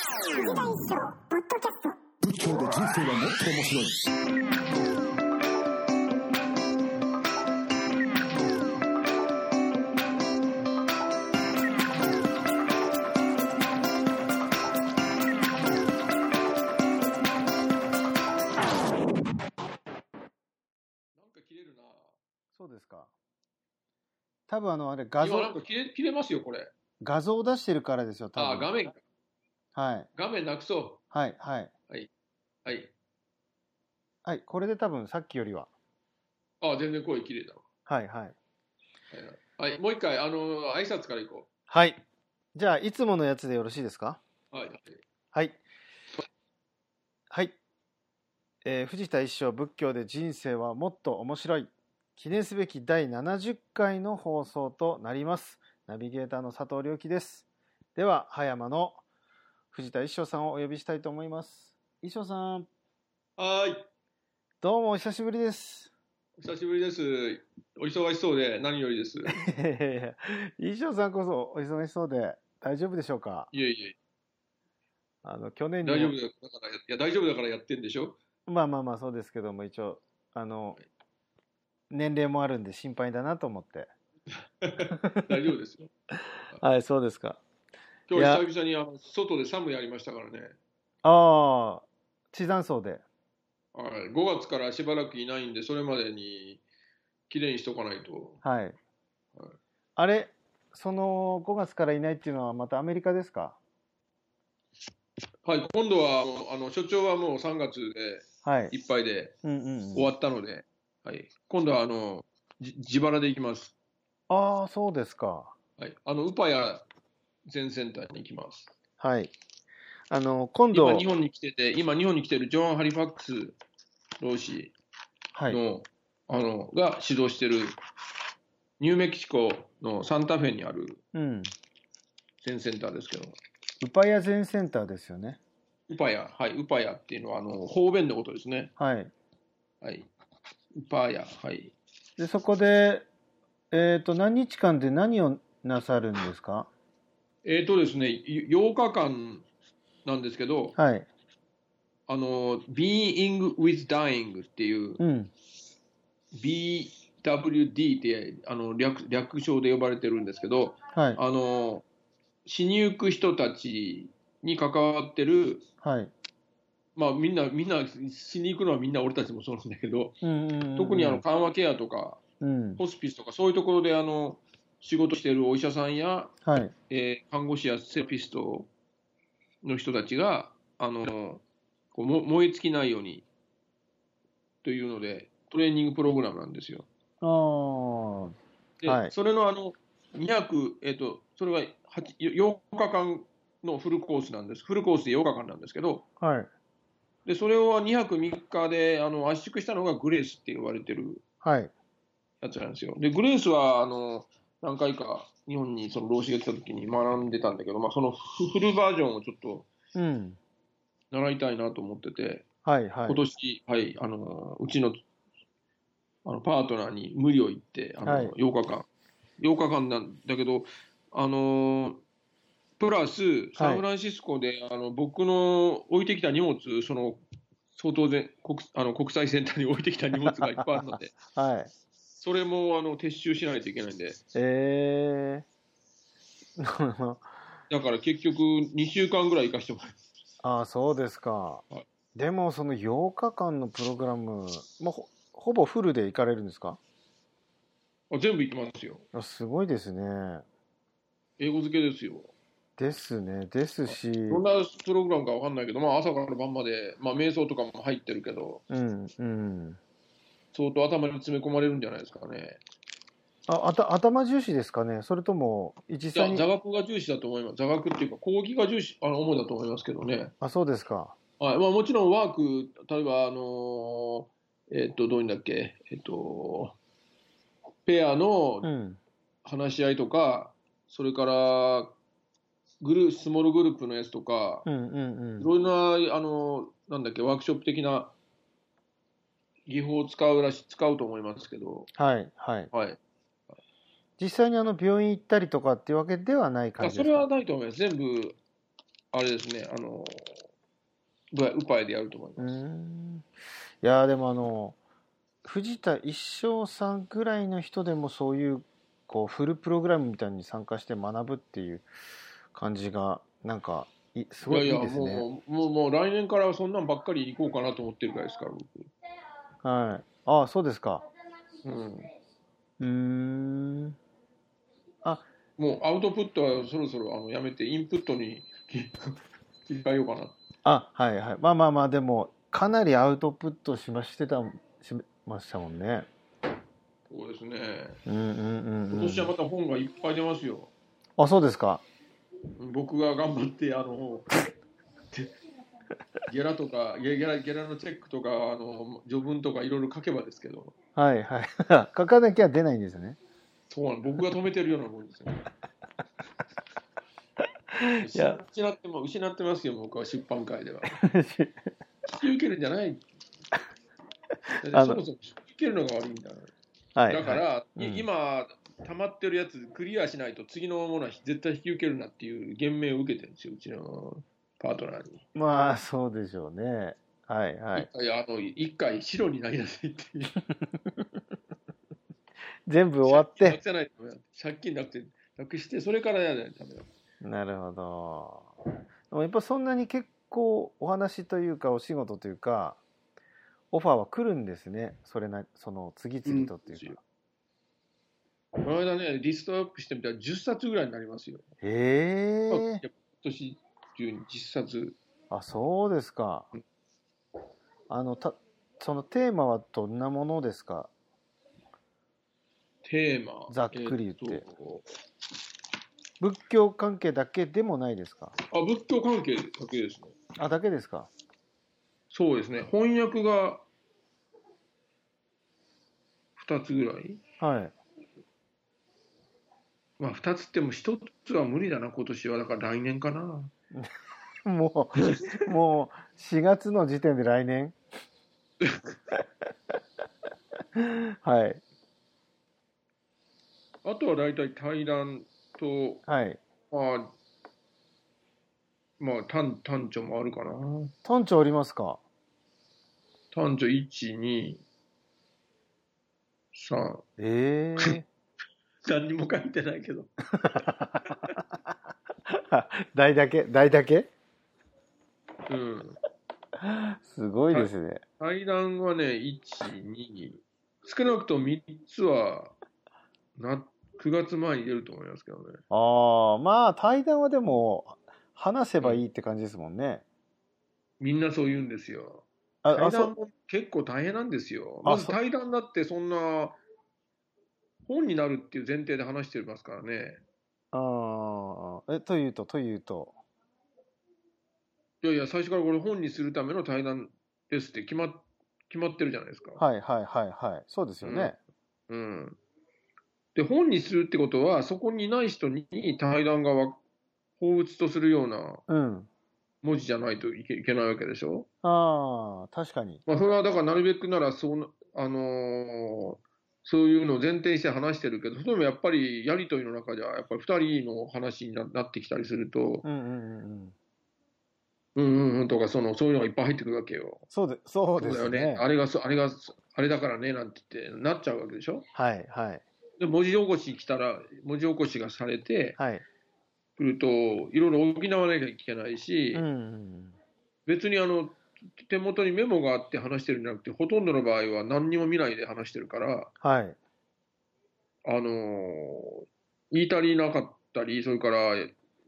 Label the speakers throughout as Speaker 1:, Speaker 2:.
Speaker 1: 劇団師匠ポッドキャスト
Speaker 2: 仏教で人生はもっと面白い。
Speaker 3: なんか切れるな。
Speaker 4: そうですか。多分あの、あれ、画
Speaker 3: い
Speaker 4: 像
Speaker 3: や、なんか切れ切れますよ、これ。
Speaker 4: 画像を出してるからですよ、多
Speaker 3: あ、
Speaker 4: 分。
Speaker 3: 画面、
Speaker 4: はい。
Speaker 3: 画面なくそ
Speaker 4: はい、はい。
Speaker 3: う。はい。
Speaker 4: はい、これで多分さっきよりは。
Speaker 3: あ、全然声綺麗だわ。
Speaker 4: はい、はい。
Speaker 3: はい、はい、もう一回、あの、挨拶からいこ
Speaker 4: はい。じゃあ、いつものやつでよろしいですか
Speaker 3: う。はい。はい
Speaker 4: はい。はい。えー藤田一生仏教で人生はもっと面白い。記念すべき第70回の放送となります。ナビゲーターの佐藤良樹です。では、葉山の藤田一生さんをお呼びしたいと思います。一生さん、
Speaker 3: はーい。
Speaker 4: どうもお久しぶりです。
Speaker 3: お久しぶりです。お忙しそうで何より です。
Speaker 4: いやいやいや一生さんこそお忙しそうで大丈夫でしょうか
Speaker 3: いえい
Speaker 4: あの、去年
Speaker 3: え、
Speaker 4: にも
Speaker 3: 大丈夫だから、いや、大丈夫だからやってんで しょ
Speaker 4: まあまあまあそうですけども一応あの年齢もあるんで心配だなと思って
Speaker 3: 大丈夫ですよ。
Speaker 4: はいそうですか
Speaker 3: 今
Speaker 4: いや
Speaker 3: 日久々にあの外でサムやりましたからね。
Speaker 4: ああ地山層で
Speaker 3: はい。5月からしばらくいないんで、それまでに綺麗にしとかないと。
Speaker 4: はい、あれその5月からいないっていうのはまたアメリカですか
Speaker 3: はい、今度はもうあの所長はもう3月
Speaker 4: はい
Speaker 3: でいっぱいで
Speaker 4: うんうんう
Speaker 3: 終
Speaker 4: ん
Speaker 3: わったので、はい、今度はあのじ自腹で行きます。
Speaker 4: ああそうですか
Speaker 3: はい、あのウパヤ全センターに行きます。
Speaker 4: はいあの今度
Speaker 3: 今日本に来てて、今日本に来てるジョン・ハリファックス老師
Speaker 4: はい
Speaker 3: の、あのが指導してるニューメキシコのサンタフェにある
Speaker 4: うん
Speaker 3: 全センターですけど、
Speaker 4: ウパヤ全センターですよね
Speaker 3: ウパヤ、はい、ウパヤっていうのはあの方便のことですね。
Speaker 4: はい
Speaker 3: はい、ウパヤ、はい。
Speaker 4: でそこでえっ、と何日間で何をなさるんですか
Speaker 3: えーとですね、い8日間なんですけど、
Speaker 4: はい
Speaker 3: あの、Being with Dying っていう、
Speaker 4: うん
Speaker 3: BWD ってあの略略称で呼ばれてるんですけど、
Speaker 4: はい
Speaker 3: あの死にゆく人たちに関わってる、
Speaker 4: はい
Speaker 3: まあ、みんな、みんな死に行くのはみんな俺たちもそうなんだけど、
Speaker 4: うんうんうん
Speaker 3: 特にあの緩和ケアとか、
Speaker 4: うん、
Speaker 3: ホスピスとか、そういうところであの仕事してるお医者さんや、
Speaker 4: はい、
Speaker 3: えー看護師やセラピストの人たちが、あのこうも燃え尽きないようにというので、トレーニングプログラムなんですよ。
Speaker 4: ああ、
Speaker 3: で、
Speaker 4: はい
Speaker 3: それのあの200、えっとそれは8 8日間のフルコースなんです、フルコースで8日間なんですけど、
Speaker 4: はい、
Speaker 3: でそれを2泊3日であの圧縮したのがグレースって言われてる
Speaker 4: はい、
Speaker 3: やつなんですよ。で、グレースはあの何回か日本にその老子が来た時に学んでたんだけど、まあ、そのフフルバージョンをちょっと
Speaker 4: うん、
Speaker 3: 習いたいなと思ってて、
Speaker 4: はい、はい
Speaker 3: 今、年、はい、あのうちのあのパートナーに無理を言って、あの
Speaker 4: はい
Speaker 3: 8日間、8日間なんだけど、あのプラス、サンフランシスコで、あの僕の置いてきた荷物、その相当で国あの国際センターに置いてきた荷物がいっぱいあるの で、
Speaker 4: はい、
Speaker 3: それもあの撤収しないといけないんで、
Speaker 4: えー、
Speaker 3: だから結局、2週間ぐらい行かせてもらいます。
Speaker 4: ああ、そうですか
Speaker 3: は。
Speaker 4: でも、その8日間のプログラム、まあ、ほほぼフルで行かれるんですか
Speaker 3: あ全部行きますよ。
Speaker 4: あすごいですね。
Speaker 3: 英語付けですよ。
Speaker 4: ですね、ですし、
Speaker 3: どんなプログラムかわかんないけど、まあ、朝から晩まで、まあ、瞑想とかも入ってるけど、
Speaker 4: うん、うん。
Speaker 3: 相当頭に詰め込まれるんじゃないですかね。
Speaker 4: あ、あた頭重視ですかねそれとも、
Speaker 3: い
Speaker 4: 実際
Speaker 3: や、
Speaker 4: に
Speaker 3: 座、学が重視だと思います。座学っていうか、講義が重視、あの、主だと思いますけどね。
Speaker 4: あ、そうですか。
Speaker 3: はい。まあ、もちろんワーク、例えば、あのーえっと、どういうんだっけ、えっと、ペアの
Speaker 4: うん、
Speaker 3: 話し合いとか、それから、グルースモールグループのやつとか、
Speaker 4: う
Speaker 3: い
Speaker 4: ん、うん、うん。
Speaker 3: ろんな、あのーなんだっけ、ワークショップ的な技法を使うらし、使うと思いますけど、
Speaker 4: はい、はい。
Speaker 3: はい。
Speaker 4: 実際にあの病院行ったりとかっていうわけではない感
Speaker 3: あ
Speaker 4: じ
Speaker 3: そ
Speaker 4: です
Speaker 3: れ
Speaker 4: か
Speaker 3: はないと思います。全部、あれですね、あの、ウパウパイでやると思います。
Speaker 4: うーんいやーでもあの藤田一生さんぐらいの人でもそういうこうフルプログラムみたいに参加して学ぶっていう感じがなんかいすごいいいですね。
Speaker 3: もう、もう、もう来年からそんなんばっかり行こうかなと思ってるからですから、僕。
Speaker 4: はい、ああそうですか。
Speaker 3: うん。
Speaker 4: うーん
Speaker 3: もうアウトプットはそろそろあのやめて、インプットに 切り替えようかな。
Speaker 4: あはいはいまあまあまあでもかなりアウトプットしましてたしましたもんね。
Speaker 3: そうですね。
Speaker 4: うんうんうん、う
Speaker 3: 今
Speaker 4: ん
Speaker 3: 年はまた本がいっぱい出ますよ。
Speaker 4: あそうですか。
Speaker 3: 僕が頑張って、あの、ゲラとか、ゲゲラゲラのチェックとか、あの序文とかいろいろ書けばですけど、
Speaker 4: はいはい。 書かなきゃ出ないんですね。
Speaker 3: そうなの、僕が止めてるようなもんですよ。
Speaker 4: いや
Speaker 3: 失っても失ってますよ、僕は出版界では。引き受けるんじゃない。だ
Speaker 4: あ
Speaker 3: って
Speaker 4: の
Speaker 3: そもそも引き受けるのが悪いんだから。
Speaker 4: はい、
Speaker 3: だか
Speaker 4: はい
Speaker 3: ら、
Speaker 4: うん
Speaker 3: い今、溜まってるやつ、クリアしないと次のものは絶対引き受けるなっていう言命を受けてるんですよ、うちのパートナーに。
Speaker 4: まあそうでしょうね。はいはい。
Speaker 3: いやあの一回、白になりなさいっていう。
Speaker 4: 全部終わっ
Speaker 3: 借金な
Speaker 4: て。
Speaker 3: くさないとダメだ借金なくて、なくして、それからやらないとダメだ。
Speaker 4: なるほど。でもやっぱそんなに結構お話というかお仕事というかオファーは来るんですね。それなその次々とっていうか。
Speaker 3: この間ね、リストアップしてみたら10冊ぐらいになりますよ。
Speaker 4: へ
Speaker 3: いや
Speaker 4: え
Speaker 3: 今。年中に10冊。
Speaker 4: あそうですか。あのたそのテーマはどんなものですか。
Speaker 3: テーマ。
Speaker 4: ざっくり言って
Speaker 3: えっと
Speaker 4: 仏教関係だけでもないですか。
Speaker 3: あ、仏教関係だけですね。
Speaker 4: あだけですか。
Speaker 3: そうですね。翻訳が2つぐらい
Speaker 4: はい。
Speaker 3: まあ2つっても1つは無理だな、今年は。だから来年かな。
Speaker 4: もう、もう、4月の時点で来年はい、
Speaker 3: あとは大体対談と、
Speaker 4: はい。
Speaker 3: まあ、まあ短、短調もあるかな。
Speaker 4: トンチョおりますか
Speaker 3: 短調1、2、3。
Speaker 4: え え
Speaker 3: 何にも書いてないけど。
Speaker 4: 台だけ台だけ
Speaker 3: うん。
Speaker 4: すごいですね。
Speaker 3: 対談はね、1、2、少なくとも3つはな、9月前に出ると思いますけどね。
Speaker 4: ああ、まあ、対談はでも、話せばいいって感じですもんね。
Speaker 3: みんなそう言うんですよ。
Speaker 4: あ、
Speaker 3: 対
Speaker 4: あ、そ
Speaker 3: 談
Speaker 4: う。
Speaker 3: も結構大変なんですよ。
Speaker 4: あ
Speaker 3: まず
Speaker 4: そう
Speaker 3: 対談だってそんな本になるっていう前提で話してますからね。
Speaker 4: あーえ、というと、というと。
Speaker 3: いやいや、最初からこれ本にするための対談ですって決ま決まってるじゃないですか。
Speaker 4: はい、はい、はい、はい。そうですよね。
Speaker 3: うん。で、本にするってことは、そこにいない人に対談がわ放物とするような
Speaker 4: うん。
Speaker 3: 文字じゃないといけいけないわけでしょ。
Speaker 4: ああ、確かに。
Speaker 3: まあ、それはだからなるべくならそうな、あのーそういうのを前提にして話してるけど、それでもやっぱりやりとりの中では、やっぱり2人の話にななってきたりすると、
Speaker 4: うん、うん、うんうん。
Speaker 3: うんうんうんとかその、そういうのがいっぱい入ってくるわけよ。
Speaker 4: そうで、そ
Speaker 3: そ
Speaker 4: うで
Speaker 3: うだ
Speaker 4: す
Speaker 3: よね
Speaker 4: ね。。
Speaker 3: あれがそ、あれがそ、あれだからね、なんて言ってなっちゃうわけでしょ。
Speaker 4: はい、はい、
Speaker 3: で、文字起こし来たら、文字起こしがされて
Speaker 4: はい。
Speaker 3: くると、いろいろ補わなきゃいけないし、
Speaker 4: うんうんうん、
Speaker 3: 別にあの、手元にメモがあって話してるんじゃなくて、ほとんどの場合は何にも見ないで話してるから、
Speaker 4: はい。
Speaker 3: あのー言い足りなかったり、それから、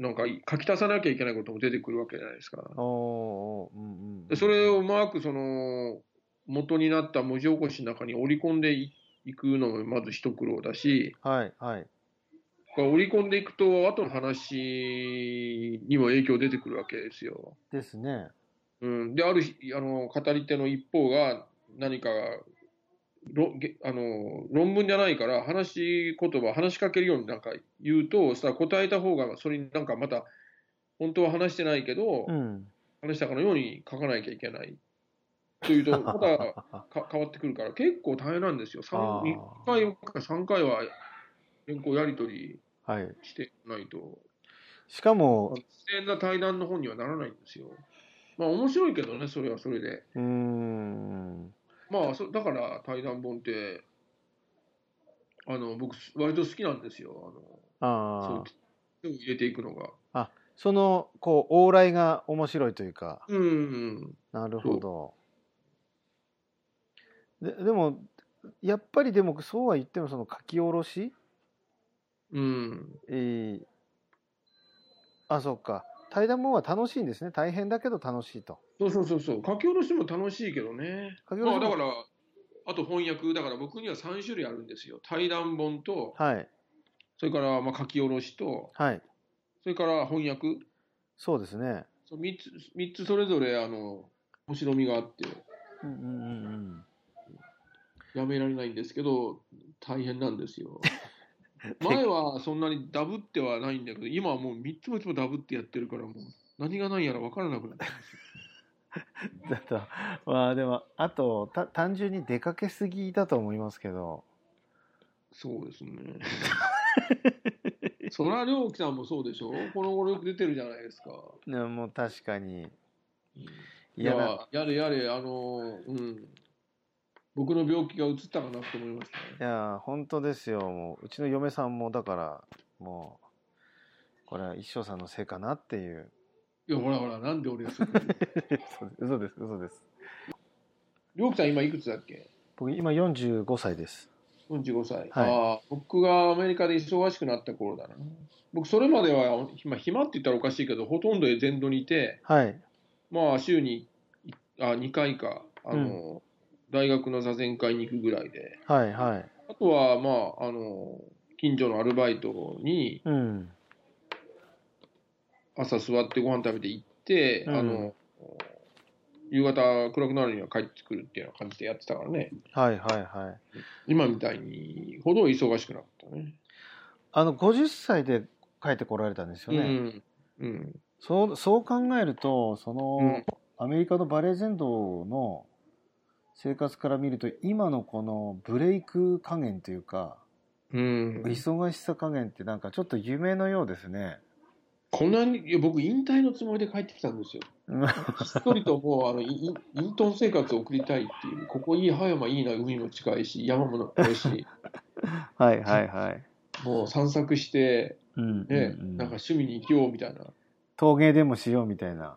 Speaker 3: なんか書き足さなきゃいけないことも出てくるわけじゃないですか。
Speaker 4: おーおー、うんうんうん。
Speaker 3: でそれをうまくその、元になった文字起こしの中に織り込んでいいくのもまず一苦労だし、
Speaker 4: はいはい。
Speaker 3: これ織り込んでいくと、後の話にも影響出てくるわけですよ。
Speaker 4: ですね。
Speaker 3: うん、で、ある日あの、語り手の一方が何か、ろげあの論文じゃないから話し言葉話しかけるようになんか言うとさ答えた方がそれになんかまた本当は話してないけど、
Speaker 4: うん。
Speaker 3: 話したかのように書かなきゃいけないというとまた か変わってくるから結構大変なんですよ
Speaker 4: あー
Speaker 3: 3回か3回は原稿やり取り
Speaker 4: はい。
Speaker 3: してないと
Speaker 4: しかも、
Speaker 3: 自然な対談の本にはならないんですよ。まあ面白いけどね、それはそれで。
Speaker 4: うーん。
Speaker 3: まあそだから対談本って、あの僕、割と好きなんですよ。あの
Speaker 4: あ
Speaker 3: そう
Speaker 4: あ。
Speaker 3: 手を入れていくのが。
Speaker 4: その、こう、往来が面白いというか。
Speaker 3: うんうん。
Speaker 4: なるほど。ででもやっぱりでもそうは言ってもその書き下ろし、
Speaker 3: うん。
Speaker 4: えーあそうか対談本は楽しいんですね大変だけど楽しいと。
Speaker 3: そうそうそうそう。書き下ろしも楽しいけどね。
Speaker 4: 書き下ろ
Speaker 3: まあ
Speaker 4: し
Speaker 3: だ
Speaker 4: も
Speaker 3: から、あと翻訳、だから僕には3種類あるんですよ。対談本と、
Speaker 4: はい
Speaker 3: それからまあ書き下ろしと、
Speaker 4: はい
Speaker 3: それから翻訳。
Speaker 4: そうですね。
Speaker 3: その3つ、三つそれぞれ、あの、面白みがあって、
Speaker 4: うんうんうん
Speaker 3: やめられないんですけど、大変なんですよ。前はそんなにダブってはないんだけど、今はもう3つも4つもダブってやってるから、もう何が何やら分からなくなって
Speaker 4: うん。 だとまあでもあとた単純に出かけすぎだと思いますけど。
Speaker 3: そうですね。そらりょうきさんもそうでしょこの頃よく出てるじゃないですか。
Speaker 4: ねもう確かに
Speaker 3: い
Speaker 4: いやだ
Speaker 3: や、やれやれ、あの、うん。僕の病気がうつったかなと思いましたね
Speaker 4: い。やー本当ですよもううちの嫁さんもだからもうこれは一生さんのせいかなっていう
Speaker 3: いや、ほらほら、なんで俺がそんなに
Speaker 4: 嘘です嘘です
Speaker 3: りょうきさん今いくつだっけ
Speaker 4: 僕今45歳です
Speaker 3: 45歳。ああ、僕がアメリカで忙しくなった頃だな。僕、それまでは、まあ、暇って言ったらおかしいけど、ほとんど全土にいて、
Speaker 4: はい
Speaker 3: まあ、週にあ2回か、あの、大学の座禅会に行くぐらいで、
Speaker 4: はいはい
Speaker 3: あとは、まあ、あの、近所のアルバイトに
Speaker 4: うん
Speaker 3: 朝座ってご飯食べて行って、
Speaker 4: うん
Speaker 3: あの、夕方暗くなるには帰ってくるっていうような感じでやってたからね、
Speaker 4: はいはいはい
Speaker 3: 今みたいにほど忙しくなかったね。
Speaker 4: あの50歳で帰ってこられたんですよね、
Speaker 3: うん。うん。
Speaker 4: そうそう考えるとその、
Speaker 3: うん
Speaker 4: アメリカのバレー全道の生活から見ると今のこのブレイク加減というか
Speaker 3: うん、
Speaker 4: 忙しさ加減ってなんかちょっと夢のようですね、
Speaker 3: こんなに、いや僕、引退のつもりで帰ってきたんですよ。ひっそりともう、あの、いい隠遁生活を送りたいっていう、ここいい、葉山いいな、海も近いし、山も多いし、
Speaker 4: はいはいはい。
Speaker 3: もう散策して、
Speaker 4: うん
Speaker 3: ね、なんか趣味に生きようみたいな。
Speaker 4: 陶芸でもしようみたいな。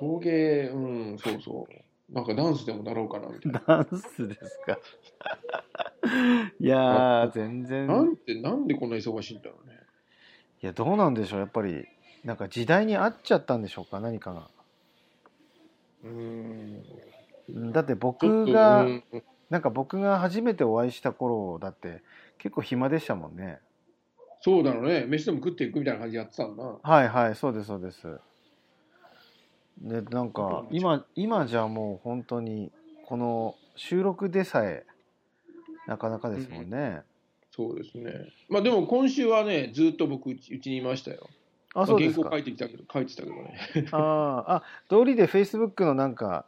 Speaker 3: 陶芸、うん、そうそう。なんかダンスでもなろうかな、みたいな。
Speaker 4: ダンスですか。 いやー、全然。
Speaker 3: なんて、なんでこんな忙しいんだろうね。
Speaker 4: いや、どうなんでしょう、やっぱり。なんか時代に合っちゃったんでしょうか、何かが。
Speaker 3: うん。
Speaker 4: うんだって
Speaker 3: ちょっ
Speaker 4: 僕
Speaker 3: と
Speaker 4: が
Speaker 3: う、ん
Speaker 4: なんか僕が初めてお会いした頃だって、結構暇でしたもんね。
Speaker 3: そうだろうね。飯でも食っていくみたいな感じでやってたんだな。
Speaker 4: はいはい、そうです、そうです。で、なんか、今、今じゃもう本当に、この収録でさえ、なかなかですもんね。
Speaker 3: そうですね。まあでも今週はね、ずっと僕、うちうちにいましたよ。
Speaker 4: あ、
Speaker 3: ま
Speaker 4: そ
Speaker 3: あ
Speaker 4: うで
Speaker 3: 原
Speaker 4: す
Speaker 3: 稿
Speaker 4: か
Speaker 3: 書。いてきたけど、書いてたけどね。
Speaker 4: あーあ、通りで Facebook のなんか、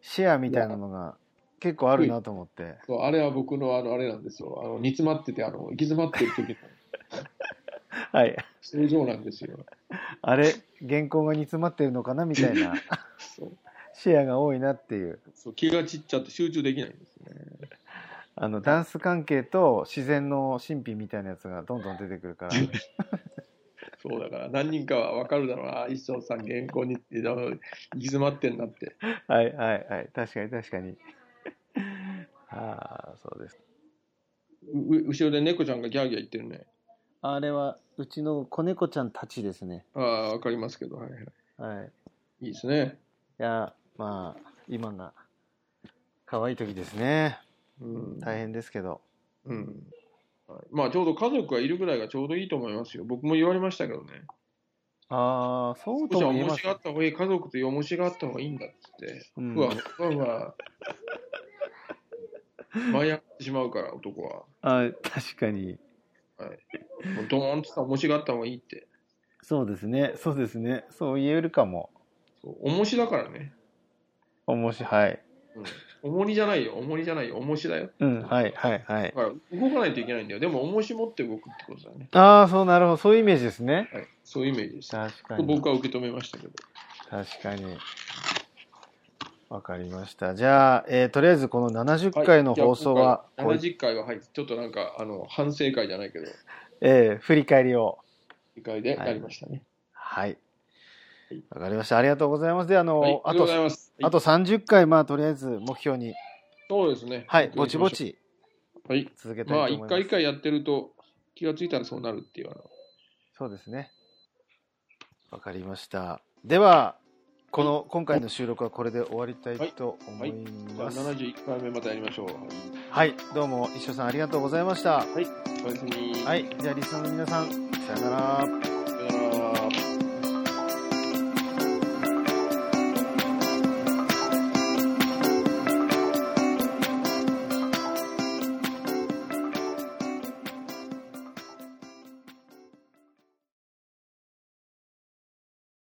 Speaker 4: シェアみたいなのが結構あるなと思って。
Speaker 3: そうあれは僕のあのあれなんですよ。あの煮詰まってて、あの行き詰まってる時の
Speaker 4: はい。
Speaker 3: 症状なんですよ。
Speaker 4: あれ、原稿が煮詰まってるのかなみたいな
Speaker 3: そう
Speaker 4: シェアが多いなっていう。
Speaker 3: そう気が散っちゃって集中できないんですね。
Speaker 4: あの、ダンス関係と自然の神秘みたいなやつがどんどん出てくる から。
Speaker 3: そうだから何人かは分かるだろうな、一生さん、原稿にあの行き詰まってんなって。
Speaker 4: はいはいはい。確かに確かに。 ああ、そうです。
Speaker 3: うう後ろで猫ちゃんがギャーギャー言ってるね。
Speaker 4: あれは、うちの子猫ちゃんたちですね。
Speaker 3: ああ、分かりますけど、はいはい。
Speaker 4: はい。
Speaker 3: いいですね。
Speaker 4: いや、まあ、今が、可愛い時ですね。
Speaker 3: うん
Speaker 4: 大変ですけど。
Speaker 3: うんはいまあ、ちょうど家族がいるぐらいがちょうどいいと思いますよ。僕も言われましたけどね。
Speaker 4: ああ、そう
Speaker 3: 少
Speaker 4: と
Speaker 3: しは
Speaker 4: も言え
Speaker 3: 重
Speaker 4: ま
Speaker 3: し
Speaker 4: す
Speaker 3: があ。った方がいい、家族という重しがあった方がいいんだっつって、
Speaker 4: う
Speaker 3: ふわ
Speaker 4: ん、
Speaker 3: ふわふわ、舞い上がってしまうから、男は。
Speaker 4: あ確かに。
Speaker 3: もうドーンってさ、重しがあった方がいいって。
Speaker 4: そうですね。そうですね。そう言えるかも。
Speaker 3: そう重しだからね。
Speaker 4: 面白い。はい。
Speaker 3: うん重荷じゃないよ、重荷じゃないよ、重しだよ。
Speaker 4: うん、はいはいは
Speaker 3: だ
Speaker 4: い。
Speaker 3: から動かないといけないんだよ。でも、重し持って動くってことだね。
Speaker 4: ああ、そう、なるほど。そういうイメージですね。
Speaker 3: はい、そういうイメージです。
Speaker 4: 確かに。
Speaker 3: 僕は受け止めましたけど。
Speaker 4: 確かに。わかりました。じゃあ、えーとりあえずこの70回の放送は、
Speaker 3: いや今回70回は、はい、ちょっとなんか、あの、反省会じゃないけど、
Speaker 4: えー振り返りを。
Speaker 3: 理解でやりましたね。
Speaker 4: はい。わかりました。ありがとうございます。で、あの、
Speaker 3: はい、あ
Speaker 4: あ
Speaker 3: りがとう
Speaker 4: と
Speaker 3: ございます。
Speaker 4: あと30回、まあ、とりあえず目標に、
Speaker 3: そうですね。
Speaker 4: はい、ぼちぼ。ち
Speaker 3: はい。
Speaker 4: 続けた
Speaker 3: まあ、
Speaker 4: いと思
Speaker 3: 一
Speaker 4: います。
Speaker 3: 回一回やってると、気がついたらそうなるっていう、あの、
Speaker 4: そうですね。わかりました。では、この、今回の収録はこれで終わりたいと思い
Speaker 3: じゃあ
Speaker 4: ます。はい、
Speaker 3: 71回目またやりましょう。
Speaker 4: どうも、一緒さんありがとうございました。
Speaker 3: おやすみ。
Speaker 4: はい、じゃあ、リスナーの皆さん、さよなら。